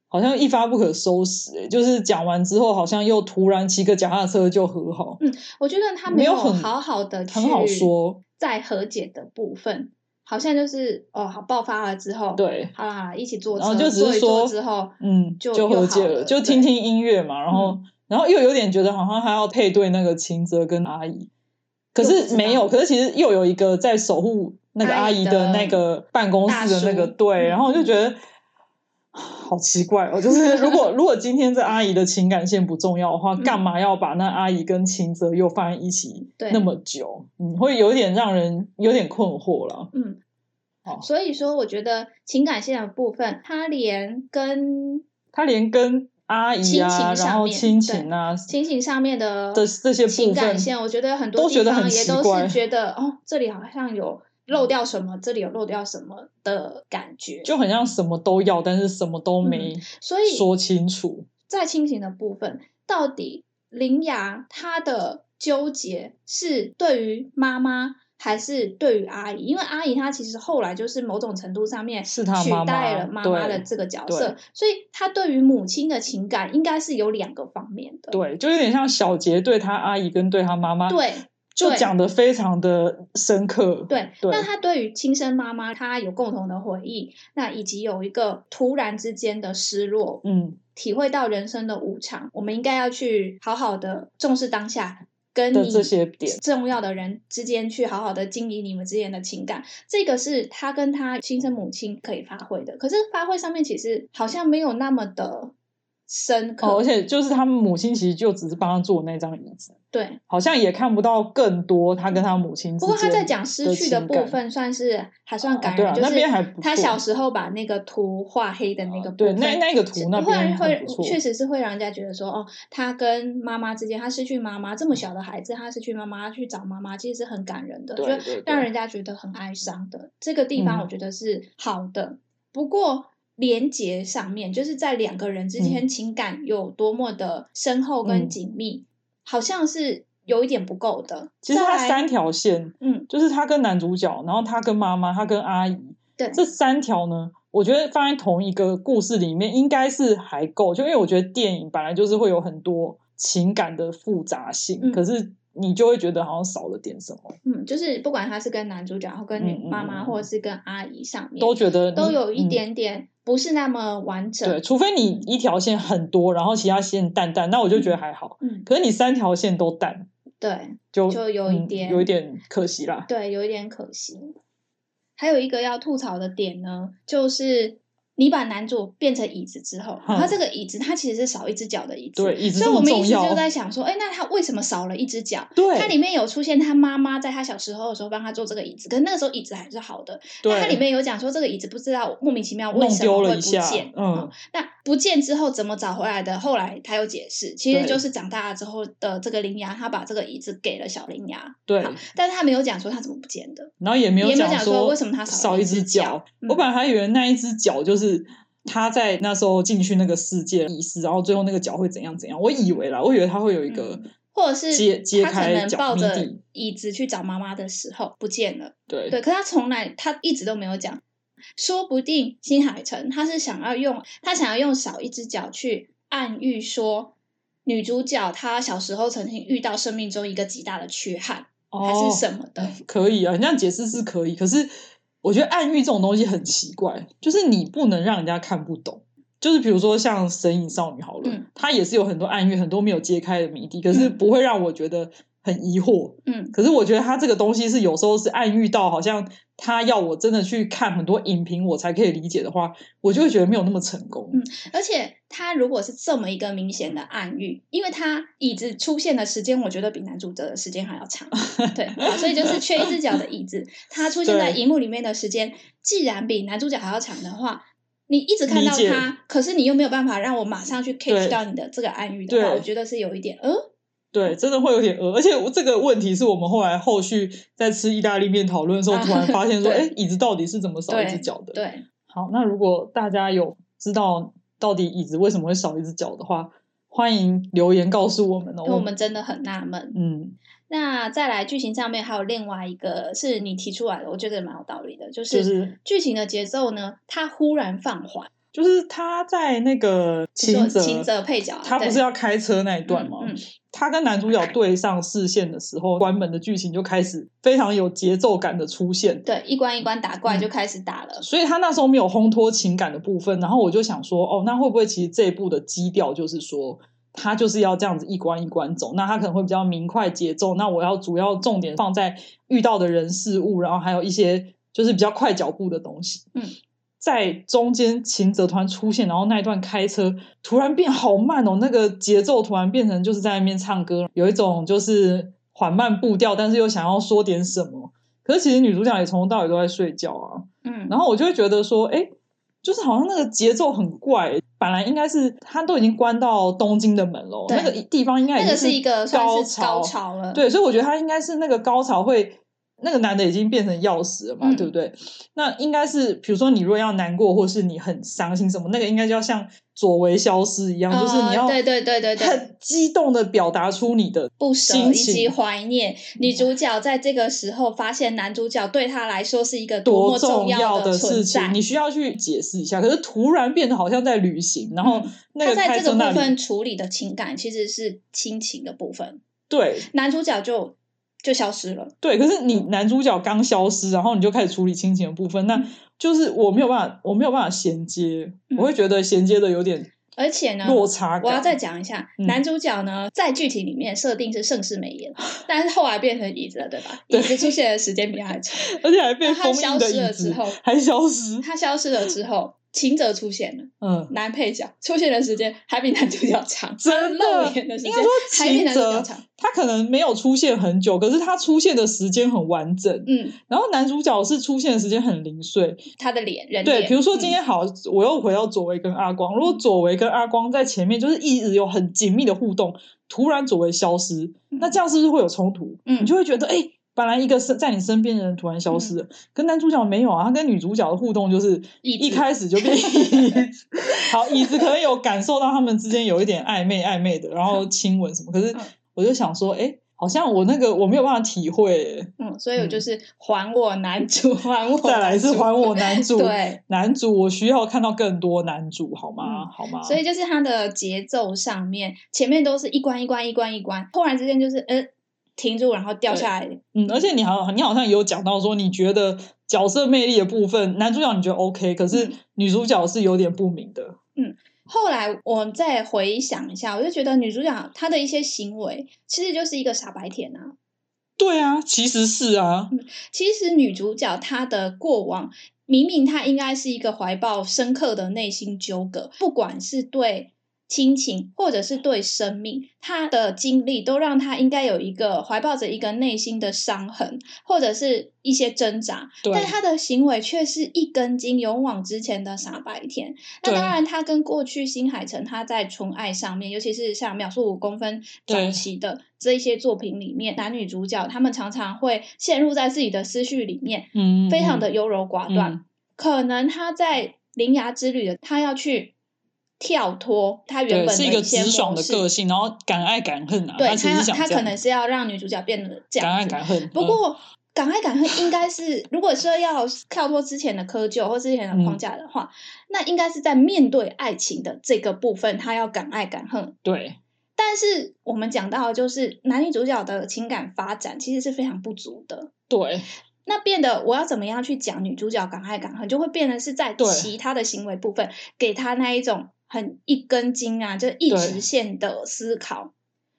Speaker 1: 好像一发不可收拾、欸，就是讲完之后，好像又突然骑个脚踏车就和好，
Speaker 3: 我觉得他
Speaker 1: 没有
Speaker 3: 有
Speaker 1: 很
Speaker 3: 好好的
Speaker 1: 很好说，
Speaker 3: 在和解的部分，好像就是哦，好爆发了之后，，
Speaker 1: 对，
Speaker 3: 好啦，一起坐车，
Speaker 1: 然后就只是
Speaker 3: 坐一坐
Speaker 1: 说
Speaker 3: 之后，
Speaker 1: 嗯，
Speaker 3: 就
Speaker 1: 就和解
Speaker 3: 又好了嗯
Speaker 1: 就听听音乐嘛，然后、然后又有点觉得好像还要配对那个秦泽跟阿姨，可
Speaker 3: 就不知
Speaker 1: 是
Speaker 3: 道
Speaker 1: 没有，可是其实又有一个在守护那个阿
Speaker 3: 阿
Speaker 1: 姨
Speaker 3: 姨
Speaker 1: 的
Speaker 3: 的
Speaker 1: 那个办公室的那个
Speaker 3: 大叔
Speaker 1: 对，
Speaker 3: 嗯
Speaker 1: 然后就觉得。好奇怪哦！就是如 果如果今天这阿姨的情感线不重要的话，
Speaker 3: 嗯
Speaker 1: 干嘛要把那阿姨跟秦泽又放在一起
Speaker 3: 对
Speaker 1: 那么久？嗯，会有点让人有点困惑了。
Speaker 3: 嗯
Speaker 1: 好，
Speaker 3: 所以说我觉得情感线的部分，他连跟
Speaker 1: 他连跟阿姨
Speaker 3: 亲情
Speaker 1: 啊，
Speaker 3: 上
Speaker 1: 然后
Speaker 3: 面
Speaker 1: 亲
Speaker 3: 对
Speaker 1: 情啊
Speaker 3: 亲情上面的
Speaker 1: 的这些部
Speaker 3: 情感
Speaker 1: 分
Speaker 3: 线，我觉得很
Speaker 1: 都
Speaker 3: 多
Speaker 1: 觉
Speaker 3: 地
Speaker 1: 得
Speaker 3: 方
Speaker 1: 很
Speaker 3: 也
Speaker 1: 奇
Speaker 3: 都
Speaker 1: 怪
Speaker 3: 是觉得哦，这里好像有漏掉什么，这里有漏掉什么的感觉，
Speaker 1: 就很像什么都要，但是什么都没
Speaker 3: 嗯所以
Speaker 1: 说清楚。
Speaker 3: 在亲情的部分，到底林芽她的纠结是对于妈妈还是对于阿姨？因为阿姨她其实后来就是某种程度上面
Speaker 1: 是她
Speaker 3: 取
Speaker 1: 妈妈
Speaker 3: 代了妈妈的
Speaker 1: 对
Speaker 3: 这个角
Speaker 1: 对
Speaker 3: 色，所以她对于母亲的情感应该是有两个方面的。
Speaker 1: 对，就有点像小杰对他阿姨跟对他妈妈，
Speaker 3: 对
Speaker 1: 就
Speaker 3: 对
Speaker 1: 讲的非常的深刻。
Speaker 3: 对，
Speaker 1: 对
Speaker 3: 那她对于亲生妈妈，她有共同的回忆，那以及有一个突然之间的失落，
Speaker 1: 嗯，
Speaker 3: 体会到人生的无常，我们应该要去好好的重视当下，跟
Speaker 1: 的
Speaker 3: 你
Speaker 1: 这些点
Speaker 3: 重要的人之间去好好的经营你们之间的情感。这个是他跟他亲生母亲可以发挥的，可是发挥上面其实好像没有那么的深刻。
Speaker 1: 哦，而且就是他们母亲其实就只是帮他坐那张椅子，
Speaker 3: 对，
Speaker 1: 好像也看不到更多他跟他母亲之
Speaker 3: 不
Speaker 1: 间。
Speaker 3: 过他在讲失去的
Speaker 1: 情
Speaker 3: 部
Speaker 1: 感
Speaker 3: 分，算是还算感
Speaker 1: 啊对
Speaker 3: 人，
Speaker 1: 啊
Speaker 3: 就是
Speaker 1: 那边还不错
Speaker 3: 他小时候把那个图画黑的那个
Speaker 1: 啊
Speaker 3: 部
Speaker 1: 对
Speaker 3: 分，
Speaker 1: 那那个图那边
Speaker 3: 会
Speaker 1: 很
Speaker 3: 会
Speaker 1: 不错，
Speaker 3: 确实是会让人家觉得说，哦，他跟妈妈之间，他失去妈妈，这么小的孩子，他失去妈妈，他去找妈妈，其实是很感人的，
Speaker 1: 对对
Speaker 3: 就让
Speaker 1: 对
Speaker 3: 人家觉得很哀伤的。这个地方
Speaker 1: 嗯
Speaker 3: 我觉得是好的，不过。连接上面，就是在两个人之间情感有多么的深
Speaker 1: 嗯
Speaker 3: 厚跟紧密，好像是有一点不够的。
Speaker 1: 其实他
Speaker 3: 再来
Speaker 1: 三条线，
Speaker 3: 嗯，
Speaker 1: 就是他跟男主角，然后他跟妈妈，他跟阿姨，
Speaker 3: 对
Speaker 1: 这三条呢，我觉得放在同一个故事里面应该是还够，就因为我觉得电影本来就是会有很多情感的复杂性，
Speaker 3: 嗯
Speaker 1: 可是你就会觉得好像少了点什么，
Speaker 3: 嗯，就是不管他是跟男主角，然后跟
Speaker 1: 嗯嗯
Speaker 3: 女妈妈，
Speaker 1: 嗯
Speaker 3: 或者是跟阿姨上面，
Speaker 1: 都觉得你
Speaker 3: 都有一、
Speaker 1: 嗯
Speaker 3: 点点不是那么完整。
Speaker 1: 对，除非你一条线很多，然后其他线淡淡，那我就觉得还好。
Speaker 3: 嗯，
Speaker 1: 可是你三条线都淡，
Speaker 3: 对
Speaker 1: 就
Speaker 3: 就有一点
Speaker 1: 嗯、有一点可惜啦。
Speaker 3: 对，有一点可惜。还有一个要吐槽的点呢，就是你把男主变成椅子之后，
Speaker 1: 嗯
Speaker 3: 他这个椅子它其实是少一只脚的椅子，
Speaker 1: 对，椅子
Speaker 3: 所以
Speaker 1: 这
Speaker 3: 我
Speaker 1: 么
Speaker 3: 们一
Speaker 1: 重
Speaker 3: 直
Speaker 1: 要
Speaker 3: 就，在想说，哎，那他为什么少了一只脚？
Speaker 1: 对，
Speaker 3: 它里面有出现他妈妈在他小时候的时候帮他做这个椅子，可是那个时候椅子还是好的，
Speaker 1: 对
Speaker 3: 那它里面有讲说这个椅子不知道莫名其妙为
Speaker 1: 弄
Speaker 3: 什
Speaker 1: 丢
Speaker 3: 么
Speaker 1: 了
Speaker 3: 会
Speaker 1: 一
Speaker 3: 不
Speaker 1: 下
Speaker 3: 见，
Speaker 1: 嗯
Speaker 3: 好，那不见之后怎么找回来的？后来他有解释，其实
Speaker 1: 对
Speaker 3: 就是长大了之后的这个羚羊，他把这个椅子给了小羚羊，
Speaker 1: 对，
Speaker 3: 好但是他没有讲说他怎么不见的，
Speaker 1: 然后也没有
Speaker 3: 也没有
Speaker 1: 讲
Speaker 3: 讲说为什么他少
Speaker 1: 少
Speaker 3: 了
Speaker 1: 一
Speaker 3: 一
Speaker 1: 只
Speaker 3: 只
Speaker 1: 脚
Speaker 3: 脚。嗯
Speaker 1: 我本来还以为那一只脚就是他在那时候进去那个世界意思，然后最后那个脚会怎样怎样。我以为啦，我以为他会有一个
Speaker 3: 嗯或者是
Speaker 1: 揭揭
Speaker 3: 他可
Speaker 1: 开
Speaker 3: 能
Speaker 1: 脚
Speaker 3: 抱
Speaker 1: 谜
Speaker 3: 着
Speaker 1: 底
Speaker 3: 椅子去找妈妈的时候不见了。
Speaker 1: 对
Speaker 3: 对，可他从来他一直都没有讲，说不定新海诚他是想要用他想要用少一只脚去暗喻说女主角她小时候曾经遇到生命中一个极大的缺憾、还
Speaker 1: 哦
Speaker 3: 是什么的，
Speaker 1: 可以啊，你这样解释是可以，可是我觉得暗喻这种东西很奇怪，就是你不能让人家看不懂。就是比如说像《神隐少女》好了，
Speaker 3: 嗯
Speaker 1: 它也是有很多暗喻，很多没有揭开的谜底，可是
Speaker 3: 嗯
Speaker 1: 不会让我觉得很疑惑。
Speaker 3: 嗯
Speaker 1: 可是我觉得它这个东西是有时候是暗喻到，好像他要我真的去看很多影评我才可以理解的话，我就会觉得没有那么成功。
Speaker 3: 嗯而且他如果是这么一个明显的暗喻，因为他椅子出现的时间，我觉得比男主角的时间还 要长，对，好所以就是缺一只脚的椅子，他出现在
Speaker 1: 对
Speaker 3: 荧幕里面的时间，既然比男主角还要长的话。你一直看
Speaker 1: 理
Speaker 3: 到
Speaker 1: 解
Speaker 3: 他，可是你又没有办法让我马上去 catch
Speaker 1: 对
Speaker 3: 到你的这个暗喻的话，
Speaker 1: 对
Speaker 3: 我觉得是有一点，呃，
Speaker 1: 对，真的会有点呃，而且我这个问题是我们后来后续在吃意大利面讨论的时候，
Speaker 3: 啊
Speaker 1: 突然发现说，
Speaker 3: 对
Speaker 1: 哎、椅子到底是怎么少一只脚的？
Speaker 3: 对，
Speaker 1: 好，那如果大家有知道到底椅子为什么会少一只脚的话，欢迎留言告诉我们哦。
Speaker 3: 因为我们真的很纳闷。
Speaker 1: 嗯，
Speaker 3: 那再来剧情上面还有另外一个是你提出来的，我觉得蛮有道理的，就是
Speaker 1: 就是
Speaker 3: 剧情的节奏呢，它忽然放缓。
Speaker 1: 就是他在那个
Speaker 3: 说
Speaker 1: 秦泽，
Speaker 3: 秦泽配角啊
Speaker 1: 他不
Speaker 3: 对
Speaker 1: 是要开车那一段吗？
Speaker 3: 嗯嗯
Speaker 1: 他跟男主角对上视线的时候，关门的剧情就开始非常有节奏感的出现。
Speaker 3: 对，一关一关打怪
Speaker 1: 嗯
Speaker 3: 就开始打了。
Speaker 1: 所以他那时候没有烘托情感的部分，然后我就想说，哦，那会不会其实这一部的基调就是说，他就是要这样子一关一关走，那他可能会比较明快节奏，那我要主要重点放在遇到的人事物，然后还有一些就是比较快脚步的东西，
Speaker 3: 嗯。
Speaker 1: 在中间，秦泽突然出现，然后那一段开车突然变好慢哦，那个节奏突然变成就是在那边唱歌，有一种就是缓慢步调，但是又想要说点什么。可是其实女主角也从头到尾都在睡觉啊，
Speaker 3: 嗯，
Speaker 1: 然后我就会觉得说，哎，就是好像那个节奏很怪、本来应该是他都已经关到东京的门了，
Speaker 3: 对
Speaker 1: 那个地方应该已
Speaker 3: 那个
Speaker 1: 经
Speaker 3: 是一个算
Speaker 1: 高
Speaker 3: 是高潮了。，
Speaker 1: 对，所以我觉得他应该是那个高潮会，那个男的已经变成钥匙了嘛，
Speaker 3: 嗯
Speaker 1: 对不对？那应该是，比如说你如果要难过，或是你很伤心什么，那个应该就要像左为消失一样，就是你要
Speaker 3: 啊呃对对对对对，
Speaker 1: 很激动的表达出你的
Speaker 3: 不舍以
Speaker 1: 心
Speaker 3: 及
Speaker 1: 情。
Speaker 3: 怀念。女主角在这个时候发现男主角对她来说是一个
Speaker 1: 多
Speaker 3: 么重
Speaker 1: 要
Speaker 3: 的存
Speaker 1: 事
Speaker 3: 在
Speaker 1: 情，。你需要去解释一下。可是突然变得好像在旅行，然后
Speaker 3: 嗯
Speaker 1: 那
Speaker 3: 他
Speaker 1: 个
Speaker 3: 在
Speaker 1: 开
Speaker 3: 这个
Speaker 1: 车那
Speaker 3: 部
Speaker 1: 里，
Speaker 3: 分处理的情感其实是亲情的部分，
Speaker 1: 对
Speaker 3: 男主角就就消失了。
Speaker 1: 对。可是你男主角刚消失，然后你就开始处理亲情的部分，那
Speaker 3: 嗯
Speaker 1: 就是我没有办法，我没有办法衔接，
Speaker 3: 嗯
Speaker 1: 我会觉得衔接的有点
Speaker 3: 而且呢，
Speaker 1: 落差感。
Speaker 3: 我要再讲一下，
Speaker 1: 嗯
Speaker 3: 男主角呢在剧情里面设定是盛世美颜， 但是后来变成椅子了，对吧？椅
Speaker 1: 对
Speaker 3: 子出现的时间比较还 长。
Speaker 1: 而且还被
Speaker 3: 那他
Speaker 1: 封
Speaker 3: 消
Speaker 1: 印
Speaker 3: 失
Speaker 1: 的
Speaker 3: 了
Speaker 1: 椅
Speaker 3: 之
Speaker 1: 子
Speaker 3: 后，嗯
Speaker 1: 还消失，
Speaker 3: 他消失了之后，秦泽出现了，
Speaker 1: 嗯，
Speaker 3: 男配角出现的时间还比男主角长，
Speaker 1: 真
Speaker 3: 露
Speaker 1: 的，
Speaker 3: 脸的时
Speaker 1: 应
Speaker 3: 间
Speaker 1: 该说
Speaker 3: 还比
Speaker 1: 秦
Speaker 3: 男主角
Speaker 1: 泽
Speaker 3: 长。
Speaker 1: 他可能没有出现很久，可是他出现的时间很完整，
Speaker 3: 嗯，
Speaker 1: 然后男主角是出现的时间很零碎。
Speaker 3: 他的脸人
Speaker 1: 对，
Speaker 3: 脸
Speaker 1: 比如说
Speaker 3: 嗯
Speaker 1: 今天好，我又回到左维跟阿光，如果左维跟阿光在前面就是一直有很紧密的互动，突然左维消失，那这样是不是会有冲突？
Speaker 3: 嗯
Speaker 1: 你就会觉得哎。诶本来一个是在你身边的人突然消失了，跟男主角没有啊，他跟女主角的互动就是
Speaker 3: 椅子
Speaker 1: 一开始就 变椅子，好椅子可能有感受到他们之间有一点暧昧暧昧的，然后亲吻什么，可是
Speaker 3: 嗯
Speaker 1: 我就想说，哎、好像我那个我没有办法体会、诶
Speaker 3: 嗯，所以我就是还我男主，还我
Speaker 1: 再来是
Speaker 3: 男主
Speaker 1: 还我男主，
Speaker 3: 对。
Speaker 1: 男主，我需要看到更多男主，好吗？
Speaker 3: 嗯
Speaker 1: 好吗？
Speaker 3: 所以就是它的节奏上面，前面都是一关一关一关一关，突然之间就是呃停住，然后掉下来。
Speaker 1: 嗯，而且你好，你好像有讲到说，你觉得角色魅力的部分，男主角你觉得 OK，可是
Speaker 3: 嗯
Speaker 1: 女主角是有点不明的。
Speaker 3: 后来我再回想一下，我就觉得女主角她的一些行为其实就是一个傻白甜啊。
Speaker 1: 对啊，其实是啊，
Speaker 3: 嗯其实女主角她的过往，明明她应该是一个怀抱深刻的内心纠葛，不管是对亲情或者是对生命，她的经历都让她应该有一个怀抱着一个内心的伤痕，或者是一些挣扎。
Speaker 1: 对
Speaker 3: 但她的行为却是一根筋，勇往直前的傻白甜。那
Speaker 1: 对
Speaker 3: 当然，她跟过去新海诚她在纯爱上面，尤其是像《秒速五公分》早
Speaker 1: 对
Speaker 3: 期的这一些作品里面，男女主角他们常常会陷入在自己的思绪里面，
Speaker 1: 嗯，
Speaker 3: 非常的
Speaker 1: 嗯
Speaker 3: 优柔寡断。
Speaker 1: 嗯
Speaker 3: 可能他在《铃芽之旅》的他要去跳脱他原
Speaker 1: 对，
Speaker 3: 本
Speaker 1: 是一
Speaker 3: 的
Speaker 1: 个
Speaker 3: 些
Speaker 1: 直爽
Speaker 3: 模
Speaker 1: 的
Speaker 3: 式
Speaker 1: 个性，然后敢爱敢恨啊，
Speaker 3: 对
Speaker 1: 其实
Speaker 3: 他
Speaker 1: 是想
Speaker 3: 他
Speaker 1: 这
Speaker 3: 可
Speaker 1: 样
Speaker 3: 能是要让女主角变得这
Speaker 1: 敢
Speaker 3: 样
Speaker 1: 爱
Speaker 3: 子。
Speaker 1: 敢恨。
Speaker 3: 不
Speaker 1: 嗯
Speaker 3: 过敢爱敢恨应该是，如果说要跳脱之前的窠臼或之前的
Speaker 1: 嗯
Speaker 3: 框架的话，那应该是在面对爱情的这个部分，他要敢爱敢恨。
Speaker 1: 嗯对，
Speaker 3: 但是我们讲到，就是男女主角的情感发展其实是非常不足的。
Speaker 1: 对，
Speaker 3: 那变得我要怎么样去讲女主角敢爱敢恨，就会变得是在
Speaker 1: 对
Speaker 3: 其他的行为部分给她那一种很一根筋啊，就一
Speaker 1: 对
Speaker 3: 直线的思考。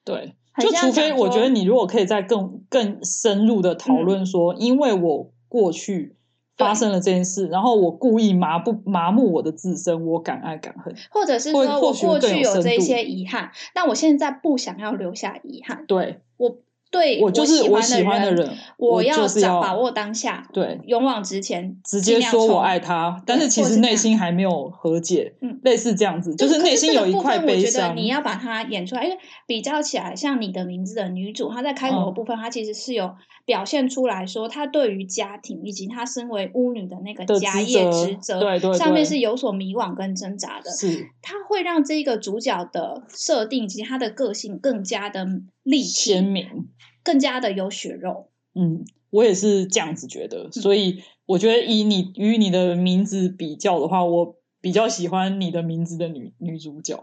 Speaker 1: 对，
Speaker 3: 很
Speaker 1: 就
Speaker 3: 像
Speaker 1: 除非
Speaker 3: 讲
Speaker 1: 我觉
Speaker 3: 说嗯
Speaker 1: 得你如果可以再更更深入的讨论说，因为我过去发
Speaker 3: 对
Speaker 1: 生了这件事，然后我故意麻不麻木我的自身，我敢爱敢恨。
Speaker 3: 或者是
Speaker 1: 或
Speaker 3: 说
Speaker 1: 或
Speaker 3: 我
Speaker 1: 许
Speaker 3: 过
Speaker 1: 更
Speaker 3: 去
Speaker 1: 有
Speaker 3: 有
Speaker 1: 深
Speaker 3: 这一
Speaker 1: 度
Speaker 3: 些遗憾，但我现在不想要留下遗憾。
Speaker 1: 对
Speaker 3: 我对
Speaker 1: 我就是
Speaker 3: 我
Speaker 1: 喜欢的
Speaker 3: 人，
Speaker 1: 人，
Speaker 3: 我
Speaker 1: 就
Speaker 3: 要
Speaker 1: 是
Speaker 3: 掌
Speaker 1: 要
Speaker 3: 把握当下，
Speaker 1: 对。
Speaker 3: 勇往直前，
Speaker 1: 直
Speaker 3: 尽
Speaker 1: 接
Speaker 3: 量
Speaker 1: 说我
Speaker 3: 冲
Speaker 1: 爱他，但
Speaker 3: 对
Speaker 1: 是其
Speaker 3: 或
Speaker 1: 实
Speaker 3: 是这
Speaker 1: 内
Speaker 3: 样
Speaker 1: 心还没有和解，
Speaker 3: 嗯
Speaker 1: 类似这样子，就是
Speaker 3: 可
Speaker 1: 内
Speaker 3: 是
Speaker 1: 心
Speaker 3: 这
Speaker 1: 有
Speaker 3: 个
Speaker 1: 一
Speaker 3: 部
Speaker 1: 块
Speaker 3: 分我
Speaker 1: 悲
Speaker 3: 觉得
Speaker 1: 伤。
Speaker 3: 你要把它演出来，因为比较起来，像你的名字的女主，她在开
Speaker 1: 嗯
Speaker 3: 头的部分，她其实是有表现出来说，她对于家庭以及她身为巫女的那个
Speaker 1: 的
Speaker 3: 家
Speaker 1: 职
Speaker 3: 业
Speaker 1: 责
Speaker 3: 职责，
Speaker 1: 对对
Speaker 3: 上面
Speaker 1: 对
Speaker 3: 是有所迷惘跟挣扎的。
Speaker 1: 是
Speaker 3: 它会让这个主角的设定以及他的个性更加的立
Speaker 1: 鲜
Speaker 3: 体，
Speaker 1: 明，
Speaker 3: 更加的有血肉。
Speaker 1: 嗯，我也是这样子觉
Speaker 3: 嗯
Speaker 1: 得，所以我觉得以你与你的名字比较的话，我比较喜欢你的名字的女女主角，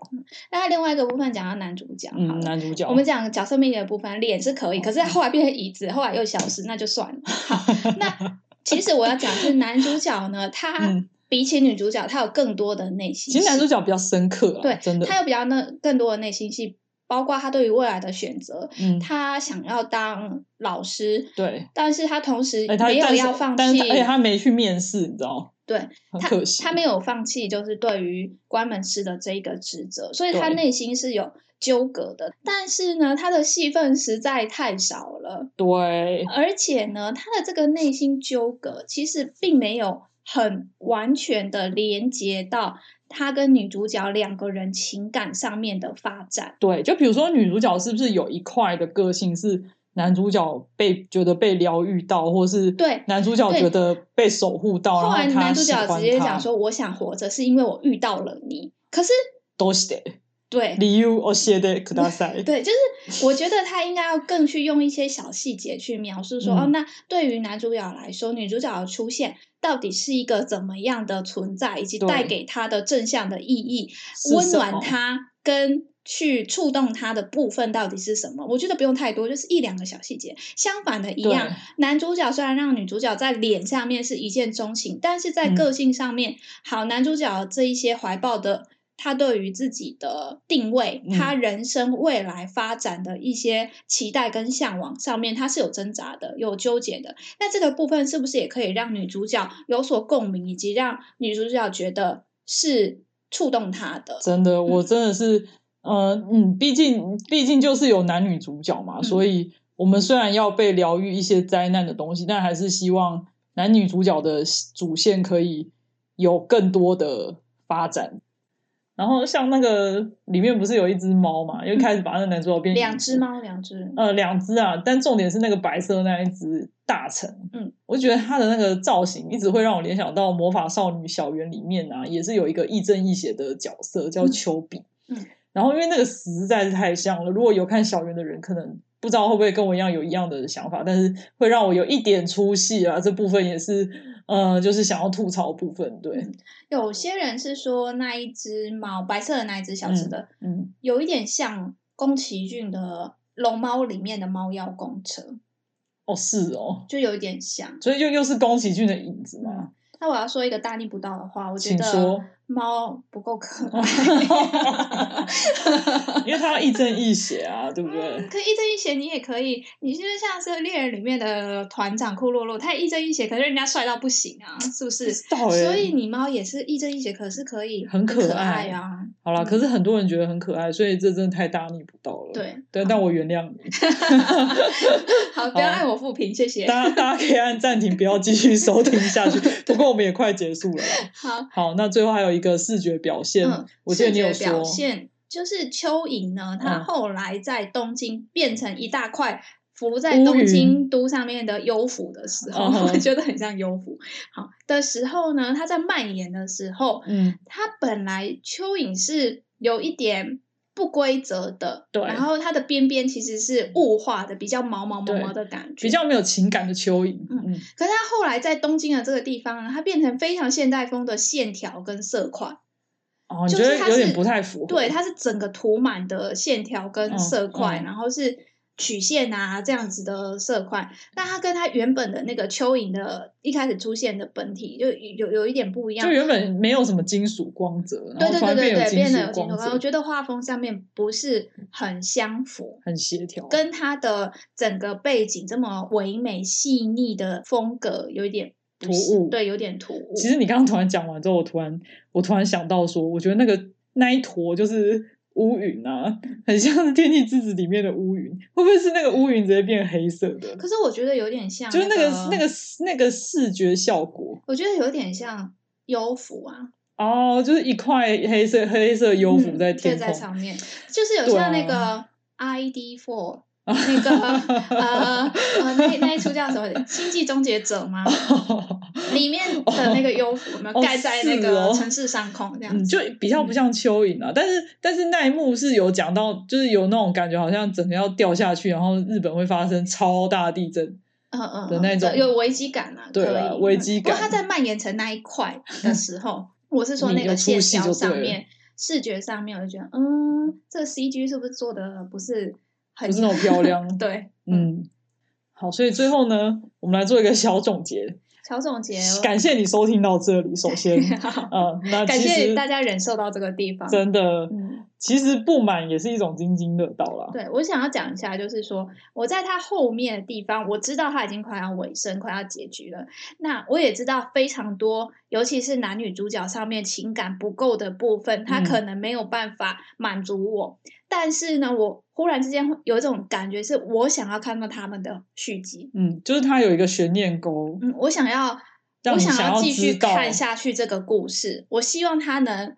Speaker 3: 那另外一个部分讲到男主角，好
Speaker 1: 嗯，
Speaker 3: 了。
Speaker 1: 男主角，哦嗯
Speaker 3: 我们讲角色魅力的部分，脸是可以，可是后来变成椅子，后来又消失，那就算了。好，那其实我要讲的是男主角呢，他
Speaker 1: 嗯
Speaker 3: 比起女主角，他有更多的内心
Speaker 1: 其
Speaker 3: 戏。
Speaker 1: 实男主角比较深刻、啊，
Speaker 3: 对
Speaker 1: 真的，
Speaker 3: 他有比较那更多的内心戏，包括他对于未来的选择，
Speaker 1: 嗯，
Speaker 3: 他想要当老师，
Speaker 1: 对，
Speaker 3: 但是他同时
Speaker 1: 哎，他
Speaker 3: 没有
Speaker 1: 但是
Speaker 3: 要放
Speaker 1: 但
Speaker 3: 弃
Speaker 1: 是，而且他没去面试，你知道，
Speaker 3: 对，
Speaker 1: 很
Speaker 3: 他
Speaker 1: 可惜，
Speaker 3: 他没有放弃，就是对于关门师的这一个职责，所以他
Speaker 1: 对
Speaker 3: 内心是有纠葛的。但是呢，他的戏份实在太少了，
Speaker 1: 对，
Speaker 3: 而且呢，他的这个内心纠葛其实并没有很完全的连接到他跟女主角两个人情感上面的发展。
Speaker 1: 对，就比如说女主角是不是有一块的个性是男主角被觉得被疗愈到，或是
Speaker 3: 对
Speaker 1: 男主角
Speaker 3: 对
Speaker 1: 觉得被守护到，
Speaker 3: 后
Speaker 1: 哦
Speaker 3: 来
Speaker 1: 然后他
Speaker 3: 男主
Speaker 1: 喜
Speaker 3: 角
Speaker 1: 欢
Speaker 3: 直接
Speaker 1: 他
Speaker 3: 讲说：“我想活着是因为我遇到了你。”可是，
Speaker 1: 都是的，
Speaker 3: 对
Speaker 1: 理由我哦写的可大赛，
Speaker 3: 对，就是我觉得他应该要更去用一些小细节去描述说，哦，
Speaker 1: 嗯
Speaker 3: 那对于男主角来说，女主角的出现到底是一个怎么样的存在，以及
Speaker 1: 对
Speaker 3: 带给他的正向的意义，
Speaker 1: 是
Speaker 3: 温
Speaker 1: 什
Speaker 3: 暖
Speaker 1: 么
Speaker 3: 他跟。去触动他的部分到底是什么？我觉得不用太多，就是一两个小细节。相反的一
Speaker 1: 对
Speaker 3: 样，男主角虽然让女主角在脸上面是一见钟情，但是在
Speaker 1: 嗯
Speaker 3: 个性上面，好，男主角这一些怀抱的他对于自己的定位、
Speaker 1: 嗯
Speaker 3: 他人生未来发展的一些期待跟向往上面，他是有挣扎的，有纠结的。那这个部分是不是也可以让女主角有所共鸣，以及让女主角觉得是触动她的？
Speaker 1: 真的，我真的是，呃，嗯，毕竟毕竟就是有男女主角嘛，
Speaker 3: 嗯
Speaker 1: 所以我们虽然要被疗愈一些灾难的东西，但还是希望男女主角的主线可以有更多的发展。然后像那个里面不是有一只猫嘛，又开始把那个男主角变
Speaker 3: 两
Speaker 1: 女
Speaker 3: 只猫，两只，
Speaker 1: 呃，两只啊，但重点是那个白色那一只大臣，
Speaker 3: 嗯，
Speaker 1: 我觉得它的那个造型一直会让我联想到《魔法少女小圆》里面啊，也是有一个亦正亦邪的角色叫
Speaker 3: 嗯
Speaker 1: 丘比，
Speaker 3: 嗯
Speaker 1: 然后因为那个实在是太像了，如果有看小圆的人，可能不知道会不会跟我一样有一样的想法，但是会让我有一点出戏啊，这部分也是，呃，就是想要吐槽的部分，对，
Speaker 3: 有些人是说那一只猫，白色的那一只小只的，
Speaker 1: 嗯，
Speaker 3: 有一点像宫崎骏的《龙猫》里面的猫妖公车，
Speaker 1: 哦是哦，
Speaker 3: 就有一点像。
Speaker 1: 所以就又是宫崎骏的影子嘛，
Speaker 3: 那我要说一个大逆不道的话，嗯我觉
Speaker 1: 请
Speaker 3: 得
Speaker 1: 说。
Speaker 3: 猫不够可爱。
Speaker 1: 因为它要亦正亦邪啊，对不对？
Speaker 3: 可一正一邪，你也可以，你就是像是猎人里面的团长库洛洛，他也一正一邪，可是人家帅到不行啊，是不是？
Speaker 1: 知道欸
Speaker 3: 所以你猫也是一正一邪，可是可以
Speaker 1: 很
Speaker 3: 可
Speaker 1: 可爱
Speaker 3: 啊。
Speaker 1: 好啦，可是很多人觉得很可爱，所以这真的太大逆不道了。
Speaker 3: 对，
Speaker 1: 对，但我原谅你。
Speaker 3: 好，
Speaker 1: 啊
Speaker 3: 不要按我负评，谢谢。
Speaker 1: 大家大家可以按暂停，不要继续收听下去。不过我们也快结束了啦。
Speaker 3: 好，
Speaker 1: 好，那最后还有一个视觉表现，
Speaker 3: 嗯，
Speaker 1: 我记得
Speaker 3: 视
Speaker 1: 你有
Speaker 3: 觉表
Speaker 1: 说，
Speaker 3: 现就是蚯蚓呢，它
Speaker 1: 嗯
Speaker 3: 后来在东京变成一大块浮在
Speaker 1: 乌
Speaker 3: 东
Speaker 1: 云
Speaker 3: 京都上面的幽浮的时候，
Speaker 1: 嗯哼
Speaker 3: 我觉得很像幽浮。好的时候呢，它在蔓延的时候，
Speaker 1: 嗯
Speaker 3: 它本来蚯蚓是有一点不规则的，
Speaker 1: 对
Speaker 3: 然后它的边边其实是雾化的，比较毛毛毛
Speaker 1: 对
Speaker 3: 毛的感觉，
Speaker 1: 比。较没有情感的蚯蚓，
Speaker 3: 嗯
Speaker 1: 嗯，
Speaker 3: 可是它后来在东京的这个地方呢，它变成非常现代风的线条跟色块，
Speaker 1: 哦，你
Speaker 3: 就
Speaker 1: 觉
Speaker 3: 是
Speaker 1: 得
Speaker 3: 它
Speaker 1: 有点
Speaker 3: 是
Speaker 1: 不太符合，
Speaker 3: 对，它是整个涂满的线条跟
Speaker 1: 嗯
Speaker 3: 色块，
Speaker 1: 嗯
Speaker 3: 然后是曲线啊这样子的色块。那它跟它原本的那个蚯蚓的一开始出现的本体就有有有一点不一样
Speaker 1: 就。原本没有什么金属光泽，
Speaker 3: 对
Speaker 1: 然后突
Speaker 3: 对对
Speaker 1: 然
Speaker 3: 对
Speaker 1: 有
Speaker 3: 对，变得有金
Speaker 1: 光
Speaker 3: 属光，我
Speaker 1: 泽，
Speaker 3: 觉得画风上面不是很相符。
Speaker 1: 很协调，
Speaker 3: 跟它的整个背景这么唯美细腻的风格有一点不
Speaker 1: 突
Speaker 3: 是
Speaker 1: 兀
Speaker 3: 对，有点突兀。
Speaker 1: 其实你刚刚突然讲完之后，我突然我突然想到说，我觉得那个那一坨就是乌云啊，很像是《天气之子》里面的乌云，会不会是那个乌云直接变黑色的？
Speaker 3: 可是我觉得有点像、
Speaker 1: 就是那
Speaker 3: 个
Speaker 1: 个那个，那个视觉效果
Speaker 3: 我觉得有点像幽浮啊，
Speaker 1: 哦，就是一块黑色黑色幽浮
Speaker 3: 嗯
Speaker 1: 在
Speaker 3: 对
Speaker 1: 天
Speaker 3: 在
Speaker 1: 空，
Speaker 3: 上面，就是有
Speaker 1: 对
Speaker 3: 像那个
Speaker 1: 啊
Speaker 3: ID Four。那个呃呃，那那一出叫什么《星际终结者》吗？里面的那个幽浮有没有
Speaker 1: 哦
Speaker 3: 盖在那
Speaker 1: 是
Speaker 3: 个
Speaker 1: 哦
Speaker 3: 城市上空这样
Speaker 1: 嗯，
Speaker 3: 子？
Speaker 1: 就比较不像蚯蚓啊，但是但是那一幕是有讲到，就是有那种感觉，好像整个要掉下去，然后日本会发生超大地震，
Speaker 3: 嗯嗯
Speaker 1: 的
Speaker 3: 嗯
Speaker 1: 那
Speaker 3: 对
Speaker 1: 种
Speaker 3: 有危机感啊，
Speaker 1: 对
Speaker 3: 可
Speaker 1: 啦
Speaker 3: 以
Speaker 1: 危
Speaker 3: 嗯
Speaker 1: 机
Speaker 3: 不过它
Speaker 1: 感
Speaker 3: 在蔓延成那一块的时候，我是说
Speaker 1: 你
Speaker 3: 那个
Speaker 1: 有出
Speaker 3: 线
Speaker 1: 戏
Speaker 3: 条
Speaker 1: 就
Speaker 3: 上
Speaker 1: 对了
Speaker 3: 面、视觉上面，我就觉得，嗯，这个 CG 是不是做的不是 很。
Speaker 1: 不是那种漂亮
Speaker 3: 对，嗯，
Speaker 1: 嗯，好，所以最后呢，我们来做一个小总结。
Speaker 3: 小总结，，
Speaker 1: 感谢你收听到这里，首先
Speaker 3: 好
Speaker 1: 呃，那
Speaker 3: 感
Speaker 1: 其
Speaker 3: 谢
Speaker 1: 实
Speaker 3: 大家忍受到这个地方。
Speaker 1: 真的，
Speaker 3: 嗯，
Speaker 1: 其实不满也是一种津津乐道啦。
Speaker 3: 对，我想要讲一下，就是说我在它后面的地方，我知道它已经快要尾声、快要结局了。那我也知道非常多，尤其是男女主角上面情感不够的部分，他
Speaker 1: 嗯
Speaker 3: 可能没有办法满足我。但是呢，我忽然之间会有一种感觉，是我想要看到他们的续集。
Speaker 1: 嗯，就是它有一个悬念钩，
Speaker 3: 嗯，我想要，
Speaker 1: 让
Speaker 3: 我
Speaker 1: 你
Speaker 3: 想
Speaker 1: 想要
Speaker 3: 继续
Speaker 1: 知道
Speaker 3: 看下去这个故事。我希望它能，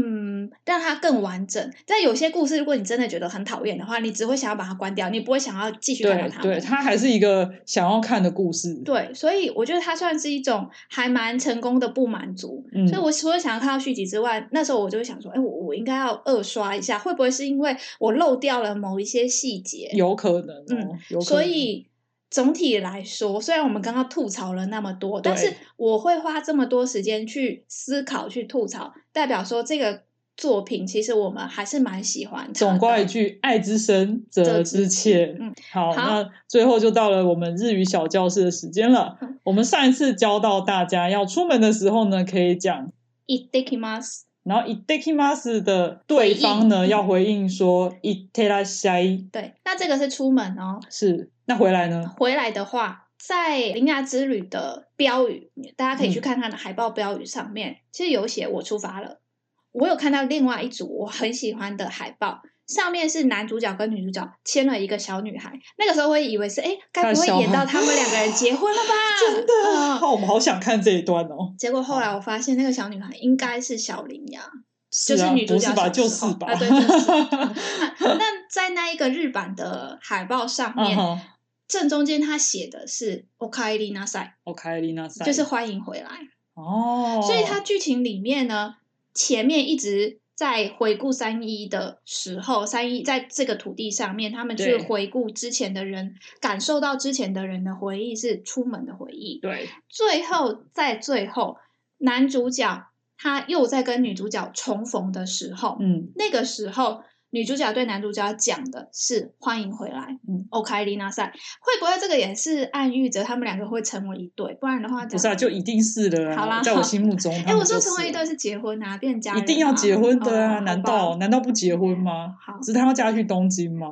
Speaker 3: 嗯，让它更完整。但有些故事，如果你真的觉得很讨厌的话，你只会想要把它关掉，你不会想要继续看到
Speaker 1: 对
Speaker 3: 它
Speaker 1: 对，
Speaker 3: 们。
Speaker 1: 它还是一个想要看的故事。
Speaker 3: 对，所以我觉得它算是一种还蛮成功的不满足。
Speaker 1: 嗯
Speaker 3: 所以我除了想要看到续集之外，那时候我就会想说，哎，我我应该要二刷一下，会不会是因为我漏掉了某一些细节？
Speaker 1: 有可能哦，有可能。
Speaker 3: 嗯所以总体来说，虽然我们刚刚吐槽了那么多，
Speaker 1: 对
Speaker 3: 但是我会花这么多时间去思考、去吐槽，代表说这个作品其实我们还是蛮喜欢它的。
Speaker 1: 总归一句，爱之深，责之切。
Speaker 3: 嗯，
Speaker 1: 好，
Speaker 3: 好
Speaker 1: 那最后就到了我们日语小教室的时间了
Speaker 3: 嗯。
Speaker 1: 我们上一次教到大家，要出门的时候呢，可以讲，
Speaker 3: いってきます。
Speaker 1: 然后 i t a k i m a s 的对方
Speaker 3: 回
Speaker 1: 呢
Speaker 3: 应
Speaker 1: 要回应说 i t e r a s h i
Speaker 3: 对，那这个是出门哦。
Speaker 1: 是，那回来呢？
Speaker 3: 回来的话，在铃芽之旅的标语，大家可以去
Speaker 1: 嗯
Speaker 3: 看它的海报标语上面，其实有写“我出发了”。我有看到另外一组我很喜欢的海报，上面是男主角跟女主角牵了一个小女孩。那个时候我也以为是，哎，该不
Speaker 1: 看
Speaker 3: 会
Speaker 1: 小孩
Speaker 3: 演到他们两个人结婚了吧？
Speaker 1: 真的，啊
Speaker 3: 嗯
Speaker 1: 好，我们好想看这一段哦。
Speaker 3: 结果后来我发现，那个小女孩应该是小羚羊。就是
Speaker 1: 啊
Speaker 3: 女主
Speaker 1: 不
Speaker 3: 角
Speaker 1: 是吧？
Speaker 3: 小
Speaker 1: 就
Speaker 3: 时
Speaker 1: 是
Speaker 3: 候
Speaker 1: 吧？啊
Speaker 3: 啊，对， 就是。 那那在那一个日版的海报上
Speaker 1: 嗯
Speaker 3: 面，
Speaker 1: 哼
Speaker 3: 正中间他写的是 o k a i r i n a s a
Speaker 1: ，OK，丽娜
Speaker 3: i 就是欢迎回来。
Speaker 1: 哦，
Speaker 3: 所以它剧情里面呢，前面一直在回顾三一的时候，三一在这个土地上面，他们去
Speaker 1: 对
Speaker 3: 回顾之前的人，感受到之前的人的回忆是出门的回忆。
Speaker 1: 对，
Speaker 3: 最后，在最后，男主角他又在跟女主角重逢的时候，
Speaker 1: 嗯
Speaker 3: 那个时候，女主角对男主角讲的是“欢迎回来”，
Speaker 1: 嗯
Speaker 3: ，OK，丽娜赛会不会这个也是暗喻着他们两个会成为一对？不然的话，
Speaker 1: 不是啊，就一定是的
Speaker 3: 好啦
Speaker 1: 啦，在我心目 中，
Speaker 3: 哎，
Speaker 1: 他们
Speaker 3: 我说
Speaker 1: 就是
Speaker 3: 成为一对是结婚啊，变家人
Speaker 1: 一
Speaker 3: 啊
Speaker 1: 定要结婚的
Speaker 3: 哦
Speaker 1: 啊？
Speaker 3: 好
Speaker 1: 难
Speaker 3: 吧
Speaker 1: 道难道不结婚吗？
Speaker 3: 好
Speaker 1: 只是他要嫁去东京吗？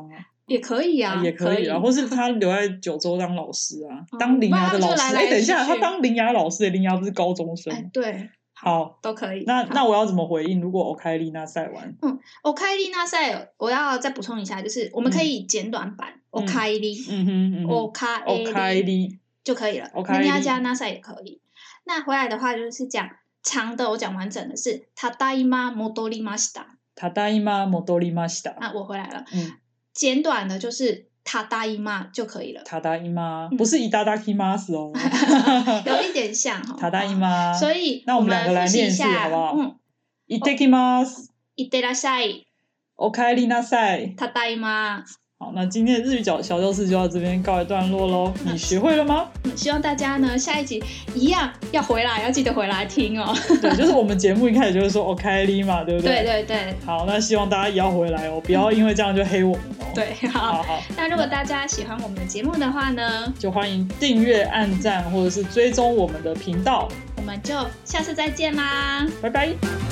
Speaker 3: 也可以啊，
Speaker 1: 也
Speaker 3: 可
Speaker 1: 以啊，或是他留在九州当老师啊， 当铃芽的老
Speaker 3: 不然他
Speaker 1: 师。
Speaker 3: 就来来
Speaker 1: 哎，等一下，
Speaker 3: 去去
Speaker 1: 他当铃芽老师，哎铃芽不是高中
Speaker 3: 哎
Speaker 1: 生？
Speaker 3: 对，
Speaker 1: 好，
Speaker 3: 都可以。
Speaker 1: 那
Speaker 3: 好
Speaker 1: 那我要怎么回应？如果我开丽娜赛完，
Speaker 3: o k 丽娜赛，我要再补充一下，就是我们可以简短版 o
Speaker 1: 嗯
Speaker 3: k 丽
Speaker 1: 嗯哼嗯
Speaker 3: o
Speaker 1: 哼
Speaker 3: k
Speaker 1: o k 丽，
Speaker 3: 就可以了。
Speaker 1: OK
Speaker 3: 那你要加 NASA 也可以。那回来的话就是讲长的，我讲完整的是“ただいま戻りました
Speaker 1: ただいま戻りまし”。た。
Speaker 3: 啊，我回来了。
Speaker 1: 嗯，
Speaker 3: 简短的就是他答应嘛就可以了，
Speaker 1: 塔达伊妈
Speaker 3: 嗯
Speaker 1: 不是伊达达基马斯 哦，
Speaker 3: 有一点像哈。
Speaker 1: 塔达伊妈。
Speaker 3: 所以哦
Speaker 1: 那我们两个来
Speaker 3: 复习
Speaker 1: 念
Speaker 3: 一
Speaker 1: 一次好
Speaker 3: 下，
Speaker 1: 不好
Speaker 3: 嗯，
Speaker 1: 伊达基马斯，
Speaker 3: いってらっしゃい、
Speaker 1: おかえりなさい。
Speaker 3: ただいま。
Speaker 1: 好，那今天的日语角小教室就到这边告一段落喽。你学会了 吗？
Speaker 3: 希望大家呢下一集一样要回来，要记得回来听哦。
Speaker 1: 对，就是我们节目一开始就是说 “OK 嘛，对不
Speaker 3: 对对对
Speaker 1: 好，那希望大家也要回来哦，不要因为这样就黑我们哦。，
Speaker 3: 对，
Speaker 1: 好
Speaker 3: 好。
Speaker 1: 好，
Speaker 3: 那如果大家喜欢我们的节目的话呢，
Speaker 1: 就欢迎订阅、按赞或者是追踪我们的频道，
Speaker 3: 我们就下次再见啦，
Speaker 1: 拜拜。
Speaker 3: 拜